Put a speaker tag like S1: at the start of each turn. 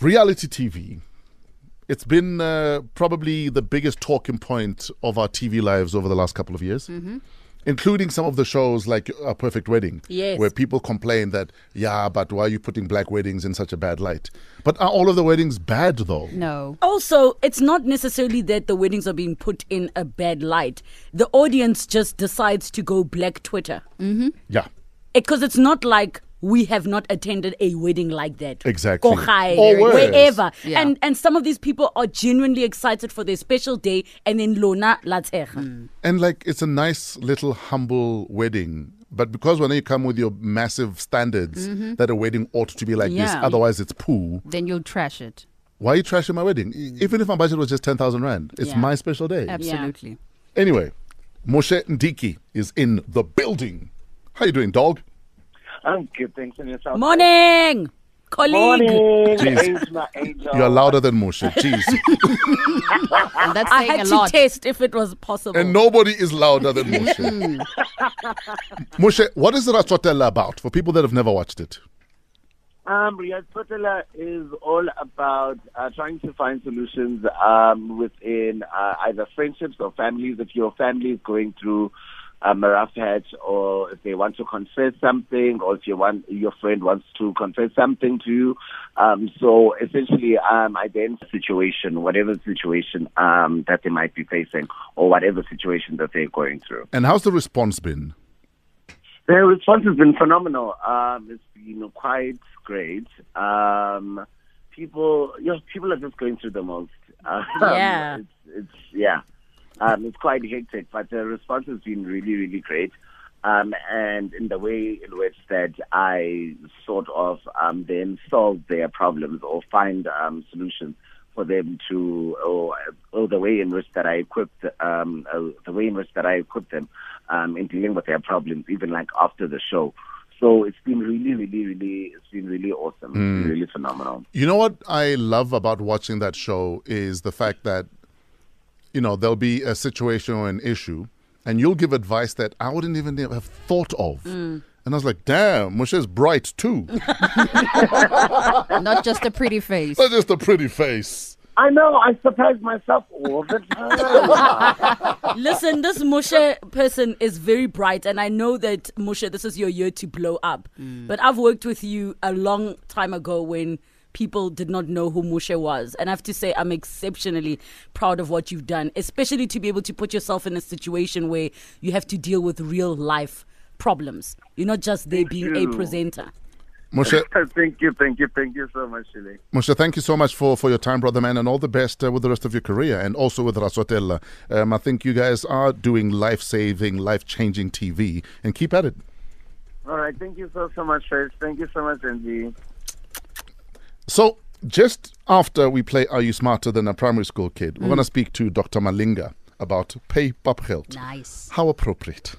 S1: reality TV. It's been uh, probably the biggest talking point of our TV lives over the last couple of years, including some of the shows like A Perfect Wedding,
S2: Yes.
S1: where people complain that, yeah, but why are you putting black weddings in such a bad light? But are all of the weddings bad, though?
S3: No.
S2: Also, it's not necessarily that the weddings are being put in a bad light. The audience just decides to go black Twitter.
S1: Yeah,
S2: Because it's not like we have not attended a wedding like that.
S1: Exactly.
S2: Kohai,
S1: Or worse.
S2: wherever.
S3: Yeah.
S2: And and some of these people are genuinely excited for their special day and then Lona Latshecha.
S1: And like it's a nice little humble wedding. But because when you come with your massive standards that a wedding ought to be like this,
S3: Yeah.
S1: otherwise it's poo.
S3: Then you'll trash it.
S1: Why are you trashing my wedding? E- Even if my budget was just ten thousand rand, it's
S2: Yeah.
S1: my special day.
S3: Absolutely.
S1: Anyway, Moshe Ndiki is in the building. How you doing, dog?
S4: I'm good, thanks. And
S3: Mm.
S4: yourself?
S2: Morning, colleague.
S4: Morning.
S1: Jeez.
S4: Angel, my angel.
S1: You're louder than Moshe. Jeez.
S3: And that's
S2: I
S3: saying
S2: had
S3: a
S2: to
S3: lot.
S2: test if it was possible.
S1: and nobody is louder than Moshe. Moshe, what is Ratsotela about for people that have never watched it?
S4: Um, Riyadh Potela is all about uh, trying to find solutions um, within uh, either friendships or families. If your family is going through um, a rough patch, or if they want to confess something, or if you want, your friend wants to confess something to you. Um, so essentially, um, identify the situation, whatever situation um, that they might be facing, or whatever situation that they're going through.
S1: And how's the response been?
S4: The response has been phenomenal. Um, it's been quite great. Um, people, you know, people are just going through the most. Um,
S2: Yeah.
S4: It's, it's yeah. Um, it's quite hectic, but the response has been really, really great. Um, and in the way in which that I sort of um, then solve their problems or find um, solutions for them to, or, or the way in which that I equipped, um, uh, the way in which that I equipped them um, in dealing with their problems, even like after the show. So it's been really, really, really, it's been really awesome, It's been really phenomenal.
S1: You know what I love about watching that show is the fact that, you know, there'll be a situation or an issue, and you'll give advice that I wouldn't even have thought of. And I was like, damn, Moshe's bright too.
S3: Not just a pretty face.
S1: Not just a pretty face.
S4: I know, I surprise myself all the time.
S2: Listen, this Moshe person is very bright, and I know that Moshe, this is your year to blow up. But I've worked with you a long time ago when people did not know who Moshe was, and I have to say I'm exceptionally proud of what you've done, especially to be able to put yourself in a situation where you have to deal with real life problems. You're not just there being a
S4: you.
S2: presenter.
S1: Moshe,
S4: thank you, thank you, thank you so much, Shilly.
S1: Moshe, thank you so much for, for your time, brother man, and all the best uh, with the rest of your career and also with Rasotella. Um, I think you guys are doing life saving, life changing TV, and keep at it.
S4: All right, thank you so so much, Trish. Thank you so much, Angie.
S1: So, just after we play Are You Smarter Than a Primary School Kid, we're going to speak to Dr. Malinga about pay papgeld.
S3: Nice.
S1: How appropriate.